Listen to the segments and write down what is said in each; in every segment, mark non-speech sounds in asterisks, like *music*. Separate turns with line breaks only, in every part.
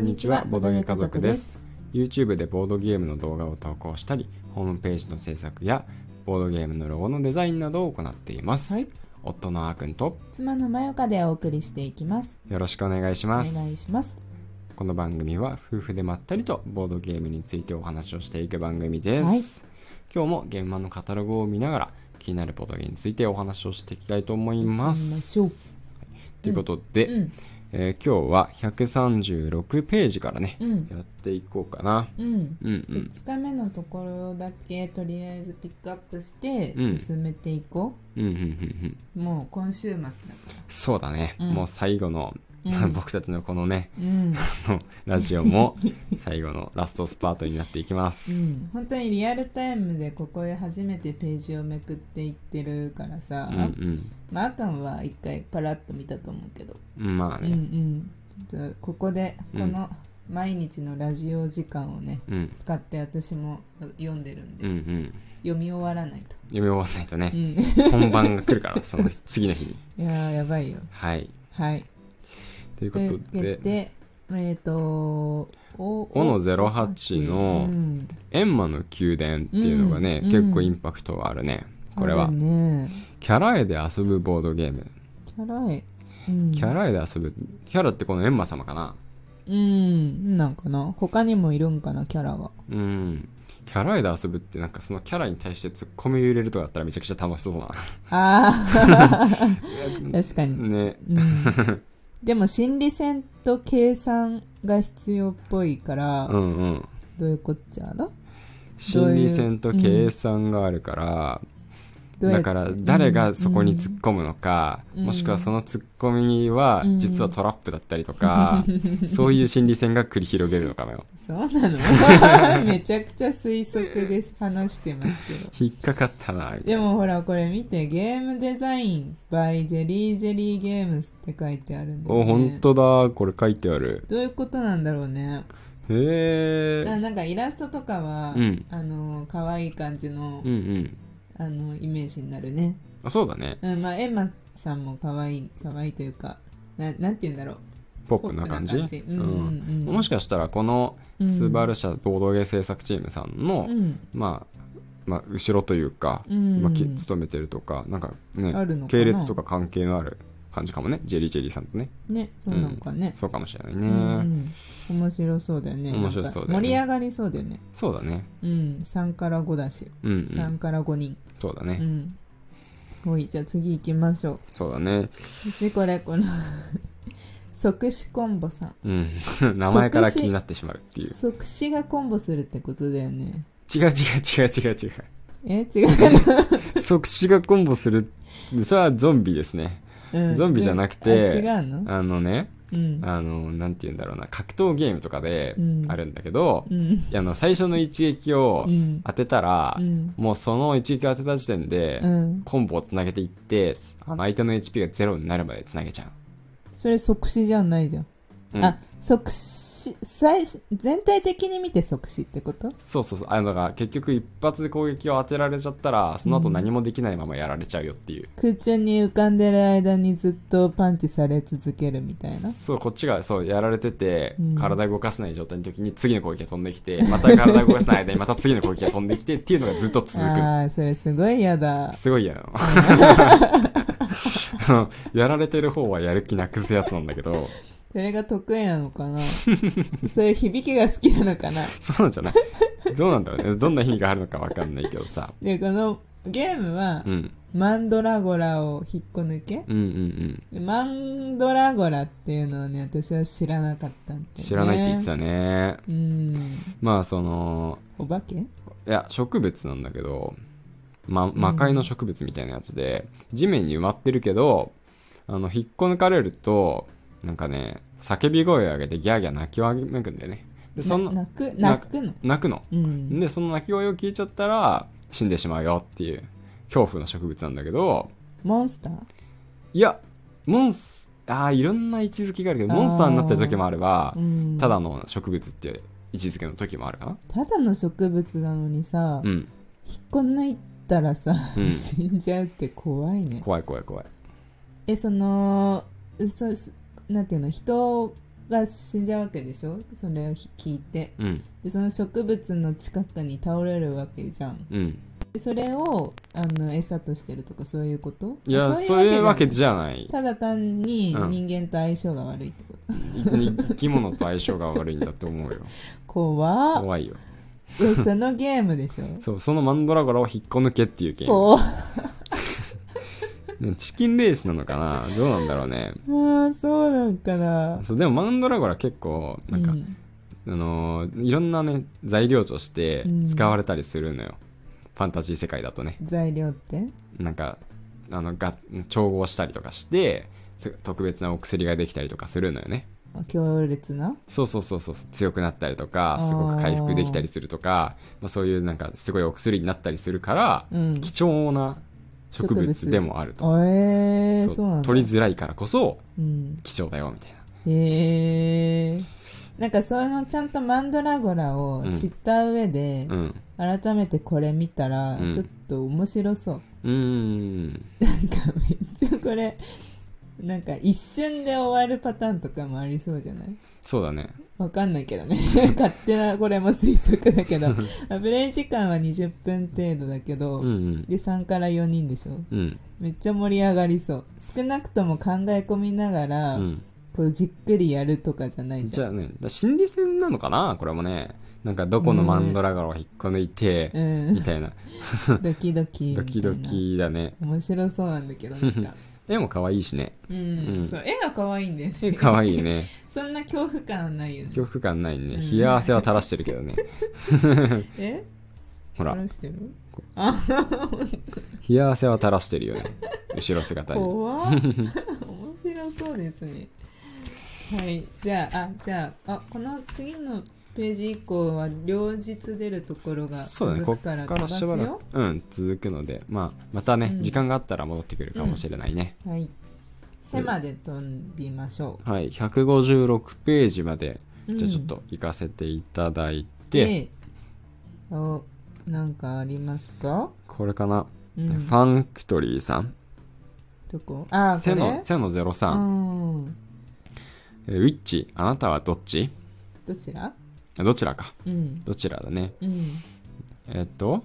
にちはボードゲー家族です YouTube でボードゲームの動画を投稿したりホームページの制作やボードゲームのロゴのデザインなどを行っています、
はい
夫のあーくんと
妻のまよかでお送りしていきます
よろしくお願いし
お
ます
願いします
この番組は夫婦でまったりとボードゲームについてお話をしていく番組です、今日も現場のカタログを見ながら気になるボードゲームについてお話をしていきたいと思いま
行きますしょう
ということで、
うん
えー今日は136ページからね、
うん
やっていこうかな
うん
うんうん
2日目のところだけとりあえずピックアップして
うん
進めていこ
うんうんうんうん
う、もう今週末だか
そうだね、
うん
もう最後の、
うん
僕たちのこのね
らうん、
あのラジオも最後のラストスパートになっていきます、
うん、本当にリアルタイムでここで初めてページをめくっていってるからさ、
うんうん
まああかんは一回パラッと見たと思うけど、
うんまあ
うんう
ね
んちょっとここでこの毎日のラジオ時間をね
うん
使って私も読んでるんで、
うんうん
読み終わらないと、
読み終わらないと
う
ね、
ん、
本番が来るからその次の日に
いやーやばいよ
はい
はい
という
と
こ
いうわ
と
け
で
でえっ、とお
斧08の
うん
エンマの宮殿っていうのがね、
うん
結構インパクトがあるねこれ
あ
は
るね
キャラ絵で遊ぶボードゲーム
キャラ絵、うん、
キャラ絵で遊ぶキャラってこのエンマ様かな
うんなんかな他にもいるんかなキャラが
うんキャラ絵で遊ぶってなんかそのキャラに対してツッコミを入れるとかだったらめちゃくちゃ楽しそうな
ああ確かに、
ね *laughs*
うん、でも心理戦と計算が必要っぽいから、
うんうん
どういうこっちゃだ
心理戦と計算があるから、
どうや
だから誰がそこに突っ込むのか、
うん
もしくはその突っ込みは
うん
実はトラップだったりと
*laughs*
か、そういう心理戦が繰り広げるのかもよ
そうなの *laughs* めちゃくちゃ推測です話してますけど
引っかかったなみたい
で
な
もほらこれ見てゲームデザイン by ジェリージェリーゲームスって書いてあるんだよ、
お
ね、
本当だこれ書いてある
どういうことなんだろうね
へ
な
え
なんかイラストとかは、
うん
あの可愛い感じの,、
うんうん
あのイメージになるね、
あそうだね
うん、まあエンマさんも可愛い可愛いというかななんて言うんだろう
ポップな感じ
ポップな感じうんうんうん
もしかしたらこの
うん
スバル社ボードゲー制作チームさんの、
うん
まあまあ、後ろというか、
うん
まあ、き勤めてるとかなんかね
あるのか
系
な
列とか関係のある感じかもねジェリージェリーさんとね
ねそうなんかね、
そうかもしれない
うん
ね、
うん面白そうだよね
面白そうだよね
なんか盛り上がりそうだよね
そうだね
うん3から5だし、
うん、う
三3
ん、
から5人
そうだ
う
ね、
んほいじゃあ次行きましょう
そうだね
私これこの *laughs* 即死コンボさん
うん名前から気になってしまうっていう
即死がコンボするってことだよね
違う違う違う違う違
え違う、
う即死がコンボするそれはゾンビですね
うん
ゾンビじゃなくて
あ違うの
あのね
うん
あのなんて言うんだろうな格闘ゲームとかで
うん
あるんだけど、
うん
あの最初の一撃を
うん
当てたら、
うん
もうその一撃当てた時点で、
うん
コンボをつなげていってあの相手の HP がゼロになるまでつなげちゃ
それ即死じゃないじゃん、
う、うん
あ即死最初全体的に見て即死ってこと
そうそうそうあのだから結局一発で攻撃を当てられちゃったらその後何もできないままやられちゃうよっていう、
空中に浮かんでる間にずっとパンチされ続けるみたいな
そうこっちがそうやられてて、
うん
体動かせない状態の時に次の攻撃が飛んできてまた体動かせない
*laughs*
間にまた次の攻撃が飛んできてっていうのがずっと続く
ああそれすごい嫌
*laughs*
だ
すごい嫌なの。あのやられてる方はやる気なくすやつなんだけど、
それが得意なのかなそういう響きが好きなのかな
そうなんじゃないどうなんだろうね。どんな意味があるのかわかんないけどさ。
でこのゲームは、
うん。
マンドラゴラを引っこ抜け
うんうんうん。
でマンドラゴラっていうのをね私は知らなかったんで、ね、
知らないって言ってたね。
うん
まあその、
お化け
いや、植物なんだけど、ま、魔界の植物みたいなやつで、地面に埋まってるけど、あの、引っこ抜かれると、なんかね、叫び声を上げてギャーギャー泣きわめくんだよね。で、そ
な
の、
泣く泣くの
泣くの。
うん
でその鳴き声を聞いちゃったら死んでしまうよっていう恐怖の植物なんだけど
モンスター
いやモンスあーいろんな位置づけがあるけど
あー
モンスターになってる時もあれば
うん
ただの植物っていう位置づけの時もあるかな
ただの植物なのにさ、
うん
引っこ抜いたらさ、
うん
死んじゃうって怖いね
怖い怖い怖い
えそのそなんていうの人が死んじゃうわけでしょそれを聞いて
うん
でその植物の近くに倒れるわけじゃん
うん
でそれをあの餌としてるとかそういうこと
いや
あ
そういうわけ
じ
じゃない
ゃないただ単に
うん
人間と相性が悪いってこと、
生き物と相性が悪いんだって思うよ
怖っ
怖いよ
いやそのゲームでしょ
そうそのマンドラゴラを引っこ抜けっていうゲー
怖っ
ムチキンレースなのかなどうなんだろうね
ああそうなんかな
そうでもマンドラゴラ結構なんか、
うん
あのーいろんなね材料として
うん
使われたりするのよ、ファンタジー世界だとね
材料って
なんかあのが調合したりとかしてす特別なお薬ができたりとかするのよね
強烈な
そうそうそうそう強くなったりと
あ
か
ー
すごく回復できたりするとかまあ、そういうなんかすごいお薬になったりするから、
うん
貴重な植
植物
物でもあると、
ええー、
そう
そうなんだ
取りづらいからこそ
うん
貴重だよみたいな
へえー、なんかそのちゃんとマンドラゴラを知った上で、
うん
改めてこれ見たら、
うん
ちょっと面白そう
うーん
なんかめっちゃこれなんか一瞬で終わるパターンとかもありそうじゃない
そうだね
わかんないけど
*laughs*
ね勝手なこれも推測だけどアブレイ時間は20分程度だけど、
うんうん
で3から4人でしょ
うん
めっちゃ盛り上がりそう少なくとも考え込みなが
う
ら、
ん
こうじっくりやるとかじゃないじ
じ
ゃん
ゃあね、だ心理戦なのかなこれもね。なんかどこのマンドラガラを引っこ抜いて、
うん
みたいな。
ドキドキみた
ド
いな
キドキだね。
面白そうなんだけどなん
*laughs*
か
絵も可愛いし
*laughs*
ね。
うん、
うん
そう絵が可愛いんだよね
可愛いね。
そんな恐怖感はないよね
恐怖感ないね。
うん
冷や汗は垂らしてるけどね。
え
ほら、
話してる
冷や汗は垂らしてるよね。後ろ姿に。 *laughs*
怖っ面白そうですねはいじゃああじゃああこの次のページ以降は両日出るところが
そうだね、
続
こ
く
っか
から
ら
飛ばす
しばら
よ
く、うん、続くので、まあ、またね、
うん
時間があったら戻ってくるかもしれないね。
はい背まで飛びましょ
はい、156ページまで、
う、
じゃあちょっ
うん
と行かせていただいて、
でおなんかありますか、
これかな、
うん
ファンクトリーさん。
どこあー
背
これ
の背の
う
03、
ん
えーウィッチあなたはどっち
どちら
あどちらか
うん
どちらだね
うん
えーっと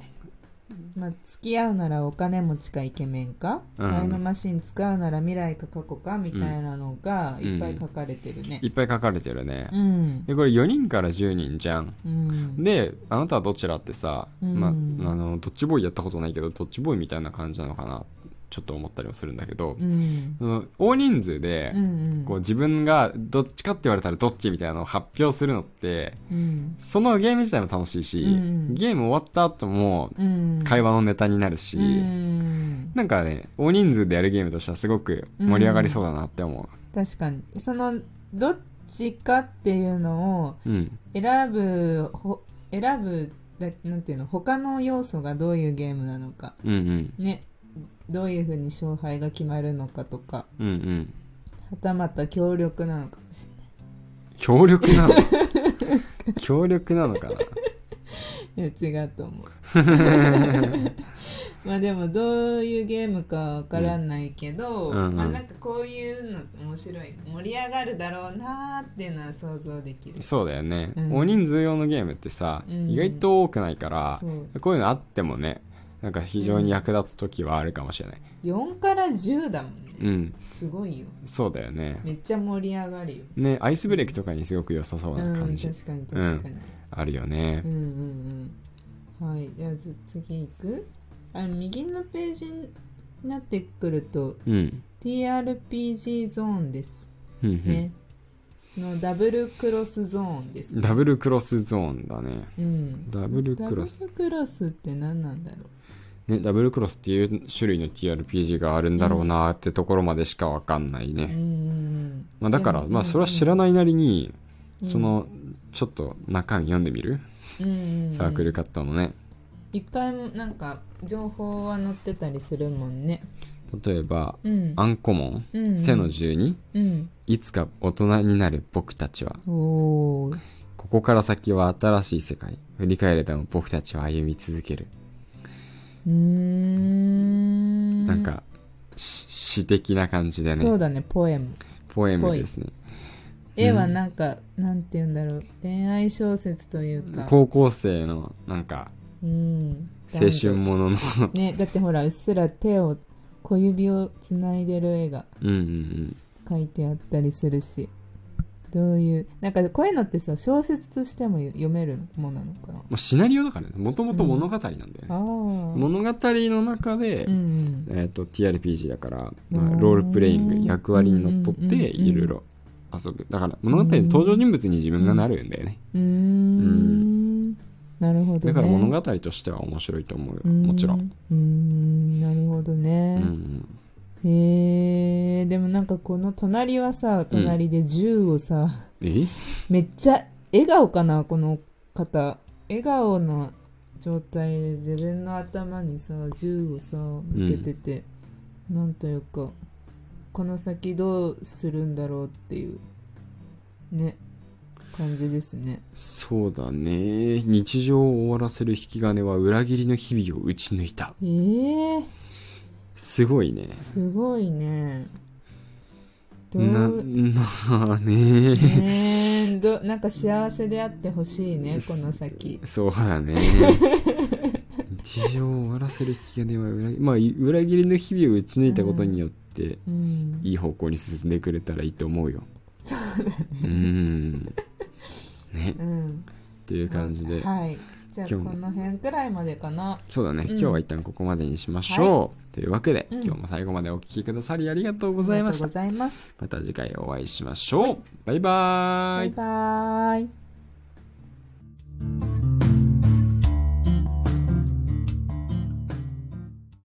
まあ、付き合うならお金持ちかイケメンか、
うん
タイムマシン使うなら未来か過去かみたいなのがいっぱい書かれてるね
いっぱい書かれてるね、
うん
でこれ4人から10人じゃん
うん
であなたはどちらってさ、
うん
まあのドッジボーイやったことないけどドッジボーイみたいな感じなのかなちょっと思ったりもするんだけど
う、ん
その大人数で、
うん
こう自分がどっちかって言われたらどっちみたいなのを発表するのって
うん
そのゲーム自体も楽しいし、
うん
ゲーム終わった後も
うん
会話のネタになるし、
うん
なんかね、大人数でやるゲームとしてはすごく盛り上がりそうだなって思
確かにそのどっちかっていうのを
う。うん。
選ぶほ選ぶだなんていうの他の要素がどういうゲームなのか
うんうん。
ねどういうふうに勝敗が決まるのかとか
うんうん。
はたまた協力なのかもしれない
協力
*laughs*
なの協力なのかない
や違うと思
*laughs*
うまあでもどういうゲームかわからないけど、
うんうんうん
あなんかこういうの面白い盛り上がるだろうなーっていうのは想像できる
そうだよね、
うん
大人数用のゲームってさ、
うん
意外と多くないから
そ、う
こういうのあってもね、なんか非常に役立つ時はあるかもしれない。
4から10だもんね
うん。
すごいよ
そうだよね。
めっちゃ盛り上がるよ
ね、アイスブレークとかにすごく良さそう
うん
な感
確
じ
かに確かに、
あるよね
うん、。うんうんはいじゃあつ次いくあ右のページになってくると
うん。
TRPG ゾーンです
うん
ね、のダブルクロスゾーンです
うん。ダブルクロスゾーンだね。
うん
ダブルクロス
ダブルクロスって何なんだろ、
ね、ダブルクロスっていう種類の TRPG があるんだろうなーってところまでしかわかんないう
うん
ね、
うんうん
まあ、だから、
でも
まあ、それは知らないなりに、
うん
そのちょっと中身読んでみる、
うんうんうん
サークルカットのね
いっぱいもなんか情報は載ってたりするもんね
例えば
うん
「アンコモン」
うんうん
背の12」
うん
いつか大人になる僕たちは
おー
ここから先は新しい世界振り返れても僕たちは歩み続ける、
うーん
なんかし詩的な感じでね
そうだねポエム
ポエムですね。
絵はなんか、なんて言うんだろう恋愛小説というか
高校生のなんか
うん、
青春ものの
ねだってほらうっすら手を小指をつないでる絵が
うんうん
書いてあったりするしどういうなんかこういうのってさ小説としても読めるものなのかな
うんシナリオだからねもともと物語なんだよね、
ああうん
物語の中で、
うん
えっと TRPG だから、
う
ま
ん
あ、ロールプレイング役割にのっとって
うんうんうんうん
いろいろ遊ぶだから物語の登場人物に自分がなるんだよね、
うーんなるほど
だ
ね
から物語としては面白いと思うよもちろん、
うーんなるほど
う
ね、
ん
へえでもなんかこの隣はさ隣で銃をさ、
うん、え
めっちゃ笑顔かなこの方笑顔の状態で自分の頭にさ銃をさ向けてて、なんというかこの先どうするんだろうっていうね感じですね
そうだね日常を終わらせる引き金は裏切りの日々を打ち抜いた
えー、
すごいね
すごいねどう
なまあね
ねえどなんか幸せであってほしいねこの *laughs* 先
そうだね日常を終わらせる引き金は裏切,、まあ、い裏切りの日々を打ち抜いたことによって、
うん
いい方向に進んでくれたらいいと思うよそうだねんね
うん
っていう感じで、
はいじゃあこ
今日も
の辺くらいまでかな
そうだね、
うん
今日は一旦ここまでにしましょう、というわけで、
うん
今日も最後までお聞きくださりありがとうございました
ありがとうございます。
また次回お会いしましょう、バイバーイ
バイバイ。